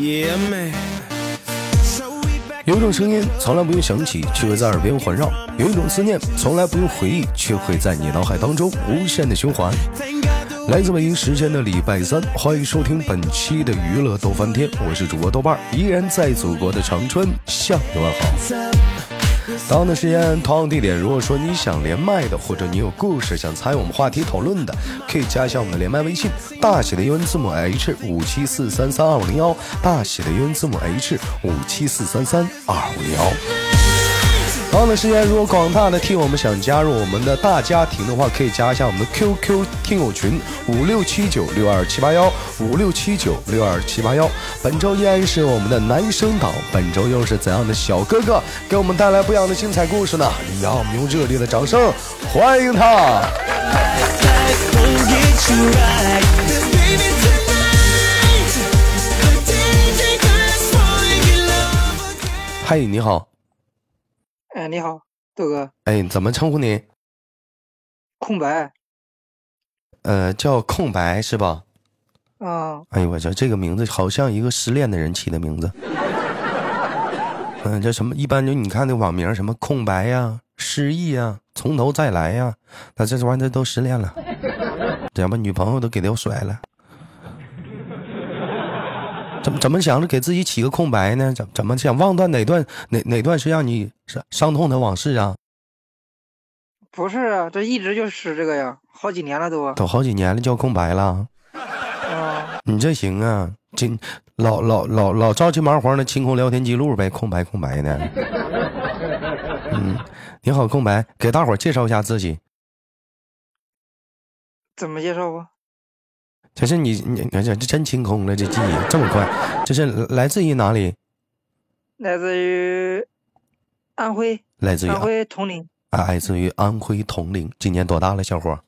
野美。有一种声音从来不用想起，却会在耳边环绕；有一种思念从来不用回忆，却会在你脑海当中无限的循环。来自北京时间的礼拜三，欢迎收听本期的娱乐逗翻天，我是主播豆瓣儿，依然在祖国的长春向你问好。同样的时间，同样地点。如果说你想连麦的，或者你有故事想参与我们话题讨论的，可以加一下我们的连麦微信，大写的英文字母 H 五七四三三二五零幺，大写的英文字母 H 五七四三三二五零幺。同样的时间，如果广大的听友们想加入我们的大家庭的话，可以加一下我们的 QQ 听友群五六七九六二七八幺五六七九六二七八幺。本周依然是我们的男生党，本周又是怎样的小哥哥给我们带来不一样的精彩故事呢？让我们用热烈的掌声欢迎他！嗨，你好，哎，你好，豆哥，哎，怎么称呼您？空白，呃，叫空白是吧？嗯，哎呦我操，这个名字好像一个失恋的人起的名字。 嗯，这什么一般就你看那网名什么空白呀、失忆呀、从头再来呀，那这玩意儿都失恋了，怎么女朋友都给他甩了？怎么怎么想着给自己起个空白呢？怎怎么想忘断哪段哪哪段是让你伤伤痛的往事啊？不是啊，这一直就是这个呀，好几年了都啊，都好几年了叫空白了。嗯，你这行啊，今老老老老着急忙慌的清空聊天记录呗，空白空白的。嗯，你好，空白，给大伙儿介绍一下自己。怎么介绍啊？这是你你你这真清空了，这记忆这么快，这是来自于哪里？来自于安徽，来自于安徽铜陵，啊，来自于安徽铜陵。今年多大了，小伙儿？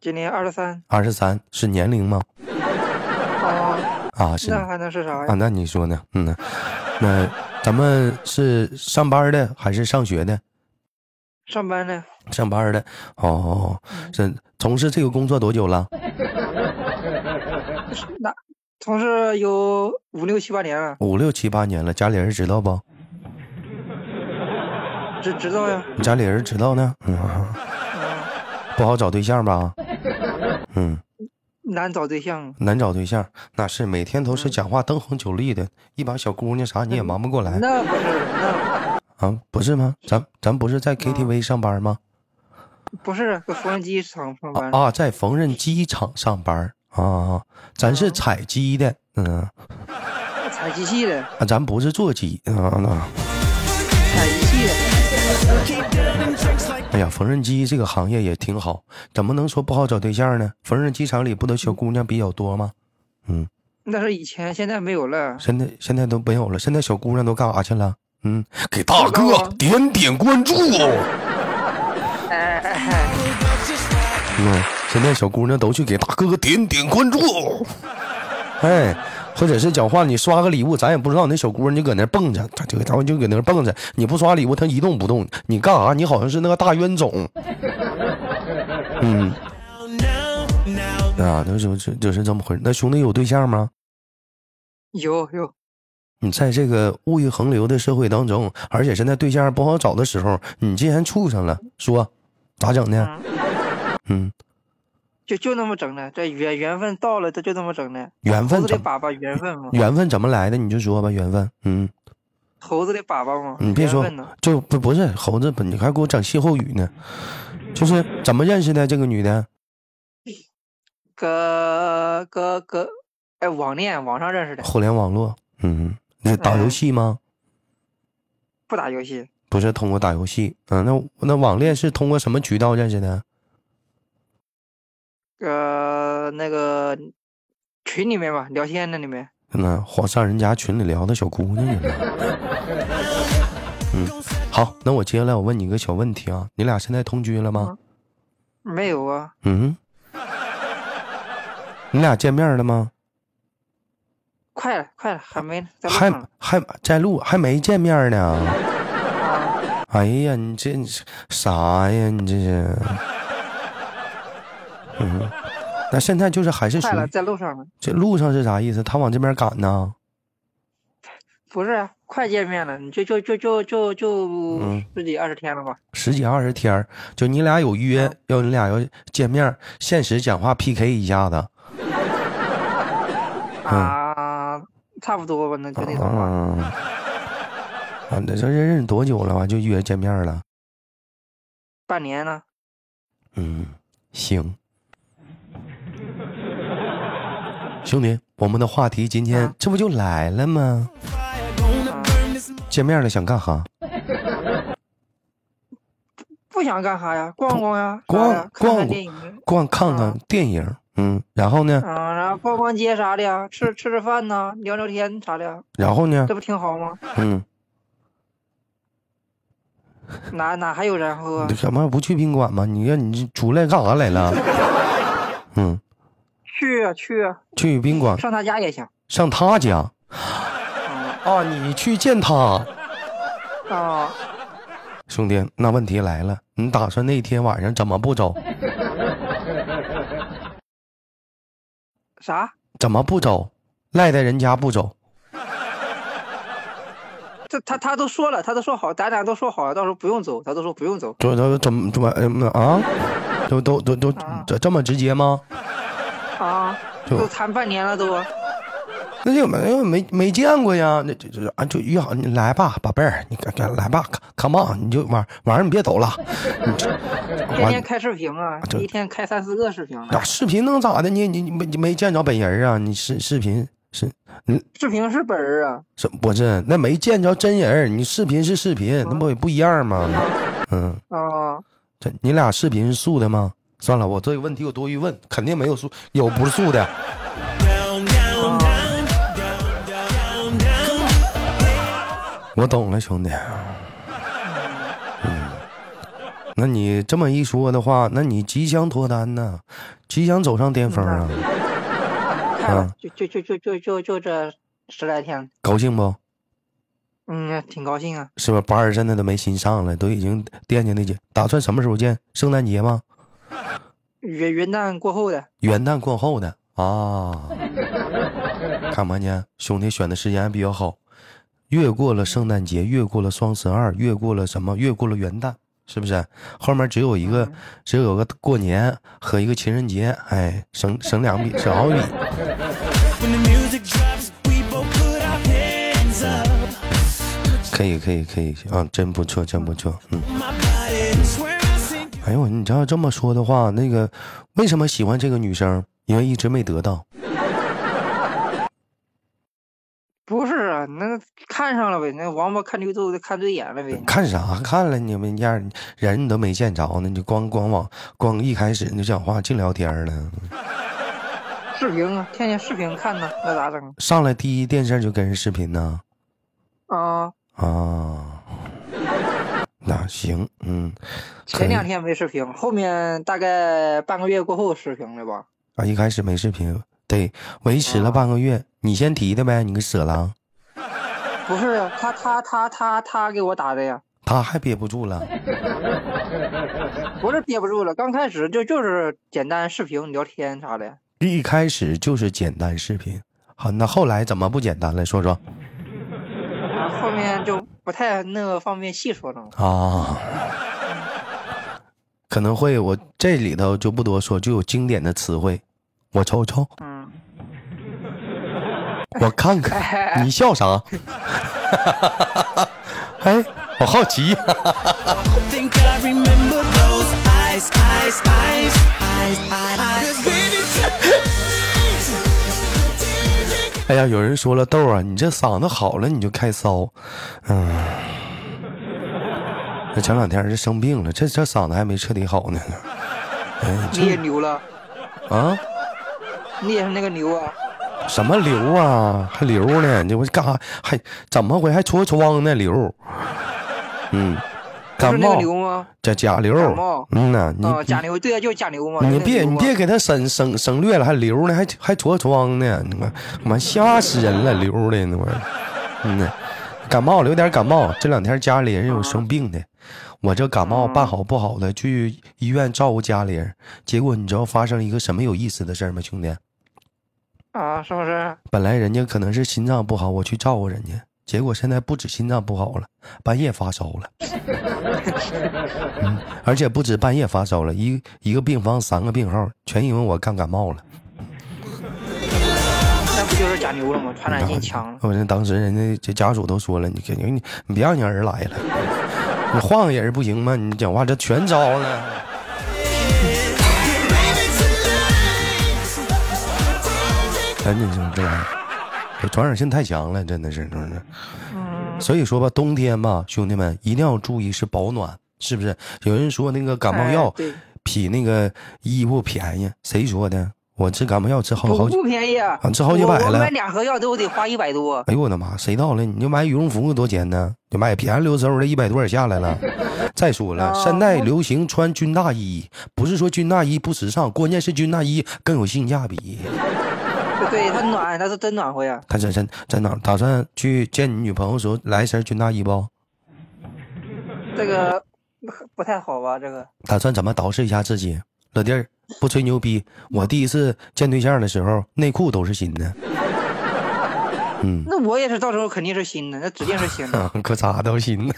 今年二十三，二十三，是年龄吗？啊，啊，是那还能是啥啊，呀？那你说呢？嗯呢，那咱们是上班的还是上学的？上班呢，上班的哦，嗯是从事这个工作多久了？那从事有五六七八年了，五六七八年了，家里人知道不？知知道呀，你家里人知道呢？嗯，嗯，不好找对象吧？嗯，难找对象，难找对象，那是每天都是讲话灯红酒绿的，一把小姑娘啥你也忙不过来那不是，那啊？不是吗？咱咱不是在 KTV 上班吗？不是啊搁缝纫机厂上班，啊，在缝纫机厂上班啊，咱是嗯采机的，嗯，采机器的，啊咱不是做机啊。那采机器的，哎呀，缝纫机这个行业也挺好，怎么能说不好找对象呢？缝纫机厂里不都小姑娘比较多吗？那是以前，现在没有了，现在现在都没有了，现在小姑娘都干啥去了？嗯，给大不知道哥啊点点关注哦。哎哎哎，嗯，现在小姑娘都去给大哥点点关注哦。哎，或者是讲话，你刷个礼物，咱也不知道那小姑娘就搁那蹦着，她就然后就搁那蹦着，你不刷礼物，她一动不动，你干啥？你好像是那个大冤种。嗯，啊，那就就就是这么回事。那兄弟有对象吗？有有。你嗯在这个物欲横流的社会当中，而且现在对象不好找的时候，你竟然处上了，说咋整呢？嗯，嗯，就就那么整的，这缘缘分到了，这就那么整的。缘分猴子怎的么粑粑，缘分嘛，缘分怎么来的？你就说吧，缘分。嗯，猴子的粑粑嘛。你别缘说分呢，就不不是猴子，你还给我整歇后语呢，就是怎么认识的这个女的？搁搁搁，哎，网恋网上认识的，互联网络。嗯，那打游戏吗？不打游戏，不是通过打游戏。嗯，那那网恋是通过什么渠道认识的？呃，那个群里面吧，聊天那里面，那晃上人家群里聊的小姑娘去了。嗯，好，那我接下来我问你一个小问题啊，你俩现在同居了吗？没有啊，嗯，你俩见面了吗？快了快了，还没呢，在路还上了还在录，还没见面呢。啊，哎呀，你这你这啥呀？你这是，嗯，那现在就是还是属快于了，在路上了，这路上是啥意思？他往这边赶呢？不是啊快见面了，你就就就就就就嗯十几二十天了吧？十几二十天儿，就你俩有约，嗯要你俩要见面儿，现实讲话 PK 一下子。啊，差不啊多吧，那就那种吧。嗯， 啊，那这认识多久了？完就约见面了。半年呢？嗯，行。兄弟，我们的话题今天、啊这不就来了吗？见面了想干啊哈？不想干啥呀？逛逛呀，逛啥呀看逛看电影。逛看看啊电影，嗯，然后呢？啊，然后逛逛街啥的呀，吃吃吃饭呐，聊聊天啥的呀，然后呢这？不挺好吗？嗯，哪哪还有然后啊你？怎么不去宾馆吗？你看你出来干啥来了？ 嗯，去啊去啊，去宾馆上他家也行。上他家啊啊？你去见他，啊，兄弟？那问题来了，你打算那天晚上怎么不走？啥？怎么不走？赖在人家不走？这他他都说了，他都说好，咱俩都说好了，到时候不用走，他都说不用走。怎怎怎么怎么嗯啊？都都都都啊这这么直接吗？啊，就都谈半年了都，那就没没没见过呀，那这这啊就约好你来吧，宝贝儿，你赶赶来吧，come on，你就晚晚上你别 走了，你这天天完开视频啊这，一天开三四个视频呢。啊那啊视频能咋的？你你你没你没见着本人啊？你视视频是视频是本人啊，是不是？那没见着真人儿，你视频是视频，那不也不一样吗？嗯，啊，这你俩视频是素的吗？算了，我这个问题有多余问，肯定没有素，有不是素的。我懂了，兄弟。嗯，那你这么一说的话，那你即将脱单呢，即将走上巅峰啊，看了就就就就就就就这十来天，高兴不？嗯，挺高兴啊。是吧？班儿现在都没心上了，都已经惦记那姐。打算什么时候见？圣诞节吗？元元旦过后的，元旦过后的啊，看没见，兄弟选的时间还比较好，越过了圣诞节，越过了双十二，越过了什么，越过了元旦，是不是？后面只有一个，只有个过年和一个情人节，哎，省省两笔，省好几笔。可以，可以，可以啊，真不错，真不错，嗯。哎呦，你这要这么说的话，那个为什么喜欢这个女生？因为一直没得到。不是啊，那看上了呗，那王八看绿豆的看对眼了呗。嗯看啥看了你们家人人你都没见着呢，你就光光往光一开始你就讲话净聊天了，视频啊，天天视频看呢，那咋整上来第一件事就跟人视频呢啊？啊，那行，嗯，可前以两天没视频，后面大概半个月过后视频了吧？啊，一开始没视频，对，维持了半个哦月，你先提的呗，你个色狼，不是啊，他他他他他给我打的呀，他还憋不住了，不是憋不住了，刚开始就就是简单视频聊天啥的，一开始就是简单视频，好，那后来怎么不简单了？说说然后后面就不太那个方便细说了。啊。可能会，我这里头就不多说，就有经典的词汇，我瞅瞅，嗯，我看看，你笑啥？哎，我好奇。 think I remember those eyes, eyes, eyes, eyes, eyes. Cause baby, tonight, 哎呀，有人说了，豆儿啊，你这嗓子好了你就开骚，嗯，这前两天这生病了，这这嗓子还没彻底好呢。你也牛了，啊，你也是那个牛啊！什么瘤啊，还瘤呢？你这我干啥？还怎么回？还痤疮呢？ 瘤？嗯，不感是那个冒牛吗？这甲瘤感冒。嗯呐，你啊，假牛，对啊，就是假牛嘛。你就那别牛啊你嘛别给他省省省略了，还留呢，还还痤疮呢，你妈妈吓死人了，留的那玩意儿，嗯呐，感冒留点感冒，这两天家里人有生病的，我这感冒办好不好的去医院照顾家里人，结果你知道发生一个什么有意思的事儿吗，兄弟？啊，是不是？本来人家可能是心脏不好，我去照顾人家，结果现在不止心脏不好了，半夜发烧了， 嗯，而且不止半夜发烧了，一一个病房三个病号，全因为我干感冒了。那不就是假牛了吗？传染性强了。我这哦当时人家这家属都说了，你你你别让你儿来了，你换个人不行吗？你讲话这全招了。赶紧整治来，这传染性太强了，真的是，真的。所以说吧，冬天吧，兄弟们一定要注意是保暖，是不是？有人说那个感冒药哎对比那个衣服便宜，谁说的？我吃感冒药吃好不好几。不便宜啊啊这好几百我我了买俩盒药都得花一百多。哎呦我的妈！谁到了你就买羽绒服多少钱呢？你买便宜溜嗖的，一百多也下来了。再说了，啊现在流行穿军大衣，不是说军大衣不时尚，关键是军大衣更有性价比。对，它暖，它是真暖和呀。他这真真哪打算去见你女朋友的时候来一身军大衣不？这个不太好吧？这个打算怎么捯饬一下自己？老弟儿，不吹牛逼，我第一次见对象的时候，内裤都是新的，嗯那我也是，到时候肯定是新的，那指定是新的 啊可咋都 新的。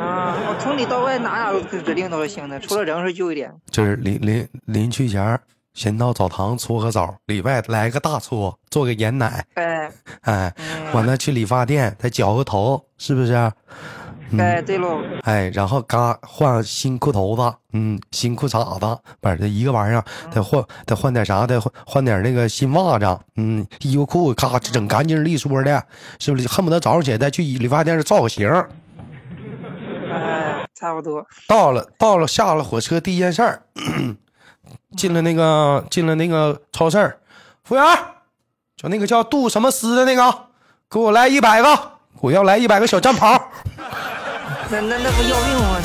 啊！我从里到外哪哪都指定都是新的，除了人是旧一点。这是临临临去前儿，先到澡堂搓个澡，里外来个大搓，做个盐奶，哎哎，完了去理发店再绞个头，是不是？啊哎，对喽，哎，然后嘎换新裤头子，嗯，新裤衩子，不是这一个玩意儿，再换再换点啥，再换换点那个新袜子，嗯，衣服裤咔整干净利索的，是不是？恨不得早上起来再去理发店造个型儿。哎，差不多。到了到了下了火车第一件事儿，进了那个进了那个超市儿，服务员儿，就那个叫杜什么斯的那个啊，给我来一百个，我要来一百个小战袍。那那那不要命吗？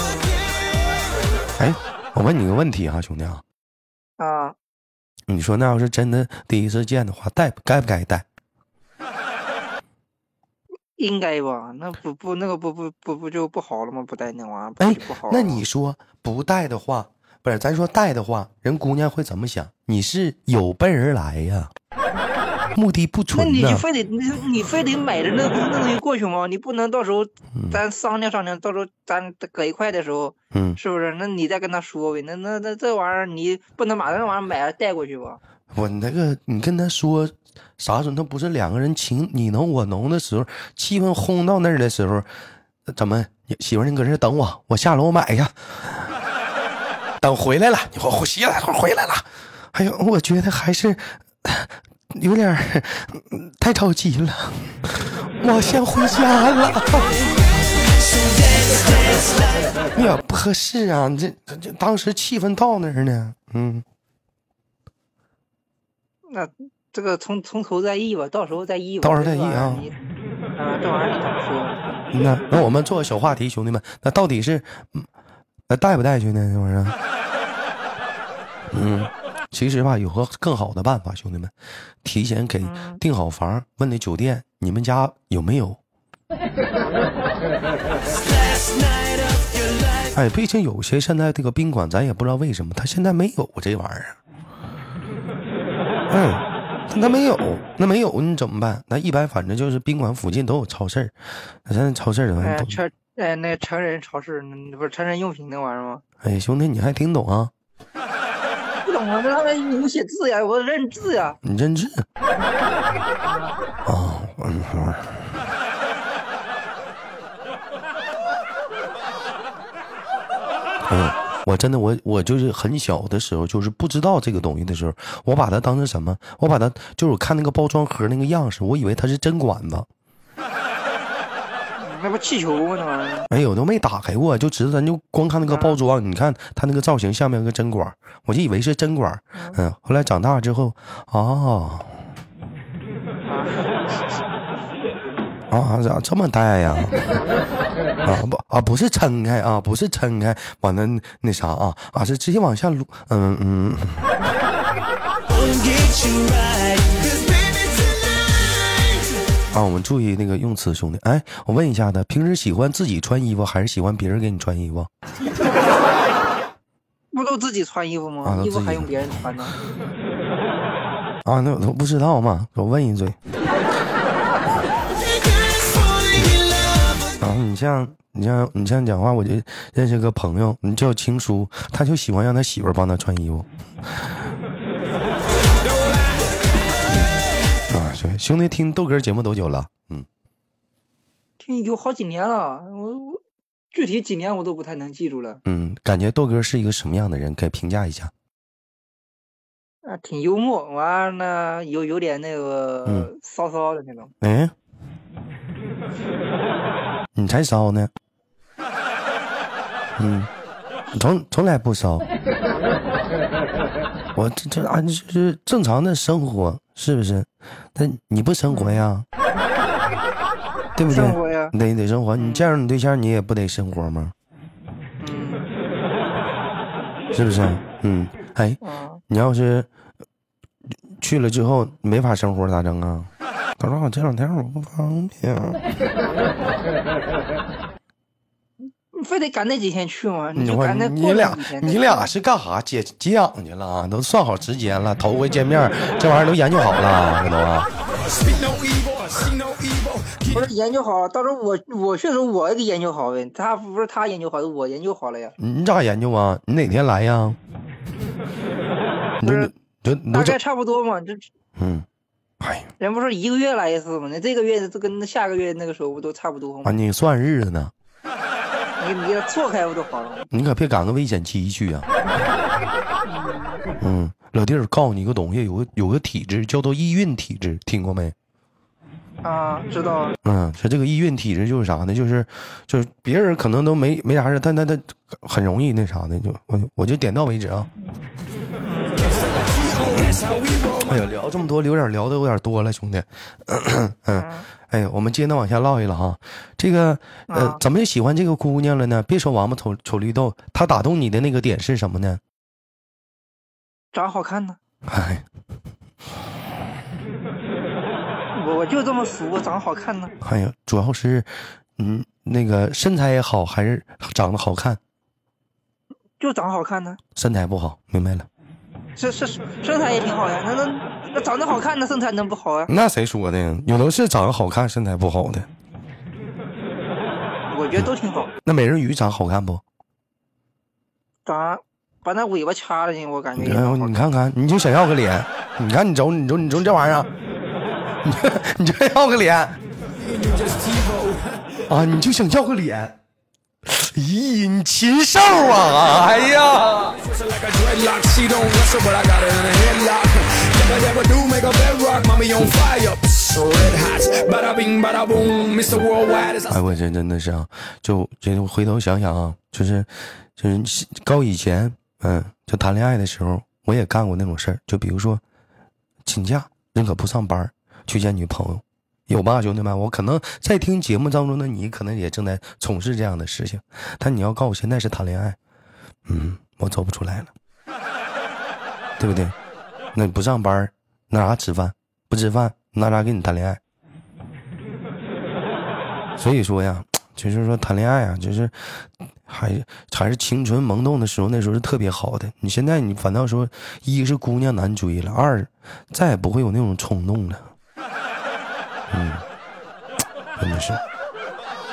哎，我问你个问题啊，兄弟啊，啊，你说那要是真的第一次见的话，戴不该不该戴？应该吧？那不不那个不不不不就不好了吗？不带那玩意儿，哎不不好。，那你说不戴的话，不是咱说戴的话，人姑娘会怎么想？你是有备而来呀、目的不那纯你呐、就非得你你非得买着那那东西过去吗？你不能到时候咱商量商量，到时候咱搁一块的时候，嗯，是不是？那你再跟他说呗。那那那这玩意儿你不能把那玩意儿买了带过去吧？我那个，你跟他说啥时候，那不是两个人情你侬我侬的时候，气氛轰到那儿的时候，呃怎么你媳妇儿你搁这儿等我，我下楼买去，等回来了，你我我媳妇儿回来了，哎呦，我觉得还是有点儿嗯太着急了，我先回家了。 哎呀，不合适啊！你这这这当时气氛到那儿呢，嗯。那这个从从头再议吧，到时候再议吧。到时候再议啊这玩意儿你啊，这玩意儿你怎么说？ 那那我们做个小话题，兄弟们，那到底是，嗯那带不带去呢？这玩意儿， 嗯，其实吧，有个更好的办法，兄弟们，提前给订好房，问那酒店你们家有没有？哎，毕竟有些现在这个宾馆，咱也不知道为什么，他现在没有啊这玩意儿。嗯，那没有，那没有，你怎么办？那一般反正就是宾馆附近都有超市儿，那现在超市儿哎，嗯都成哎那成人超市那不是成人用品那玩意儿吗？哎，兄弟，你还挺懂啊？不懂啊，那他们有写字呀，我认字呀。你真是啊！嗯嗯嗯，我真的我我就是很小的时候，就是不知道这个东西的时候，我把它当成什么？我把它就是我看那个包装盒那个样式，我以为它是针管子。那不气球吗？那玩意儿哎呦，都没打开过，就知道咱就光看那个包装，你看它那个造型像不像个针管儿？我就以为是针管儿，嗯，后来长大之后，哦，啊，咋这么戴呀、 啊？不啊，不是撑开啊，不是撑开，完了那啥啊啊，是直接往下撸，嗯嗯，啊，我们注意那个用词，兄弟。哎，我问一下他，平时喜欢自己穿衣服，还是喜欢别人给你穿衣服？不都自己穿衣服啊吗？都衣服自己还用别人穿呢？啊，那我都不知道嘛，我问一嘴。 Girls 你像你像你像讲话，我就认识个朋友，你叫青叔，他就喜欢让他媳妇儿帮他穿衣服。 啊，对，兄弟听豆哥节目多久了？嗯，听有好几年了，我我具体几年我都不太能记住了。嗯，感觉豆哥是一个什么样的人？给评价一下。啊，挺幽默，完了呢有有点那个嗯骚骚的那种。嗯、你才骚呢。 嗯，你从从来不骚。 我这这啊，就是正常的生活，是不是？那你不生活呀？ 对不对？生活呀你得你得生活。你见着你对象，你也不得生活吗？嗯是不是？嗯，哎，嗯，你要是去了之后没法生活咋整啊？他说我这两天我不方便。啊你非得赶那几天去吗？你就我赶那你过俩那几天再你去俩是干啥接接氧去了啊？都算好时间了，头回见面，这玩意儿都研究好了，这都啊。不是研究好了，到时候我我确实我也得研究好呗。他不是他研究好的，我研究好了呀。你你咋研究啊？你哪天来呀？你不都是都你大都整概差不多嘛，这嗯，哎呀，人不是一个月来一次吗？那这个月就跟那下个月那个时候不都差不多啊吗？你算日子呢？你你给他错开不就好了吗？你可别赶个危险期去啊！嗯，老弟儿，告诉你个东西，有个有个体质叫做易孕体质，听过没？啊，知道了。嗯，说这个易孕体质就是啥呢？就是就是别人可能都没没啥事，但但他很容易那啥的，就我我就点到为止啊。 哎呦，聊这么多，有点聊的有点多了，兄弟。嗯，哎呀，我们接着往下唠一唠哈。这个呃啊，怎么就喜欢这个姑娘了呢？别说王八瞅瞅绿豆，她打动你的那个点是什么呢？长好看呢，哎我我就这么俗，长好看呢。哎呀，主要是嗯，那个身材也好，还是长得好看？就长好看呢，身材不好，明白了。是是是身材也挺好呀，那那那长得好看，那身材能不好呀？啊那谁说的呀？有的是长得好看，身材不好的。我觉得都挺好，那美人鱼长好看不？长把那尾巴掐了去，我感觉也哎挺好呦看你看看，你就想要个脸，你看你瞅你瞅你瞅这玩意儿， 你就你就要个脸啊，你就想要个脸。咦，你禽兽啊！哎呀， like a dreadlock. She don't wrestle, but I got her in a headlock. Never, never do make a bedrock. Mommy on fire. Psst, Red hot. Bada bing, bada boom. Mr. Worldwide is a 哎，我这真的是啊，就就回头想想啊，就是就是高以前，嗯，就谈恋爱的时候，我也干过那种事儿，就比如说请假，宁可不上班儿去见女朋友，有吧，兄弟们？我可能在听节目当中的你，可能也正在从事这样的事情，但你要告诉我现在是谈恋爱，嗯，我走不出来了，对不对？那你不上班儿，拿啥吃饭？不吃饭，拿啥跟你谈恋爱？所以说呀，就是说谈恋爱啊，就是还是还是青春萌动的时候，那时候是特别好的。你现在你反倒说，一是姑娘难追了，二再也不会有那种冲动了。嗯，真的是。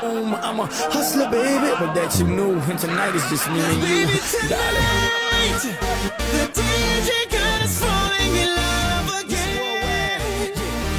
boom. I'm a hustler, baby. But that you knew. And tonight is just me and you. Darling. The DJ God is falling in love again.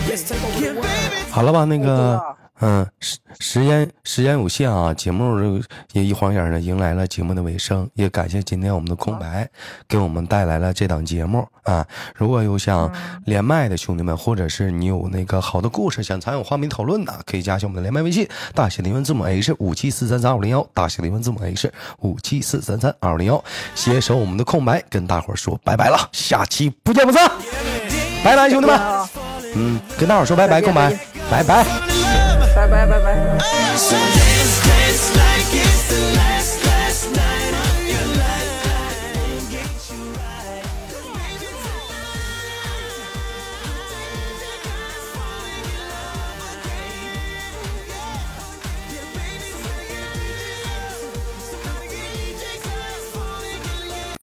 Let's take over the Yeah, world. baby. 好了吧，那对个啊，嗯，时时间时间有限啊，节目这个也一晃眼儿呢迎来了节目的尾声，也感谢今天我们的空白给我们带来了这档节目啊。如果有想连麦的兄弟们，或者是你有那个好的故事想参与话题讨论的，可以加一下我们的连麦微信，大写的英文字母 H 五七四三三二零幺，大写的英文字母 H 五七四三三二零幺，携手我们的空白跟大伙儿说拜拜了，下期不见不散，拜拜，兄弟们，嗯，跟大伙儿说拜拜，空白，拜拜。拜拜拜拜。 So dance, dance like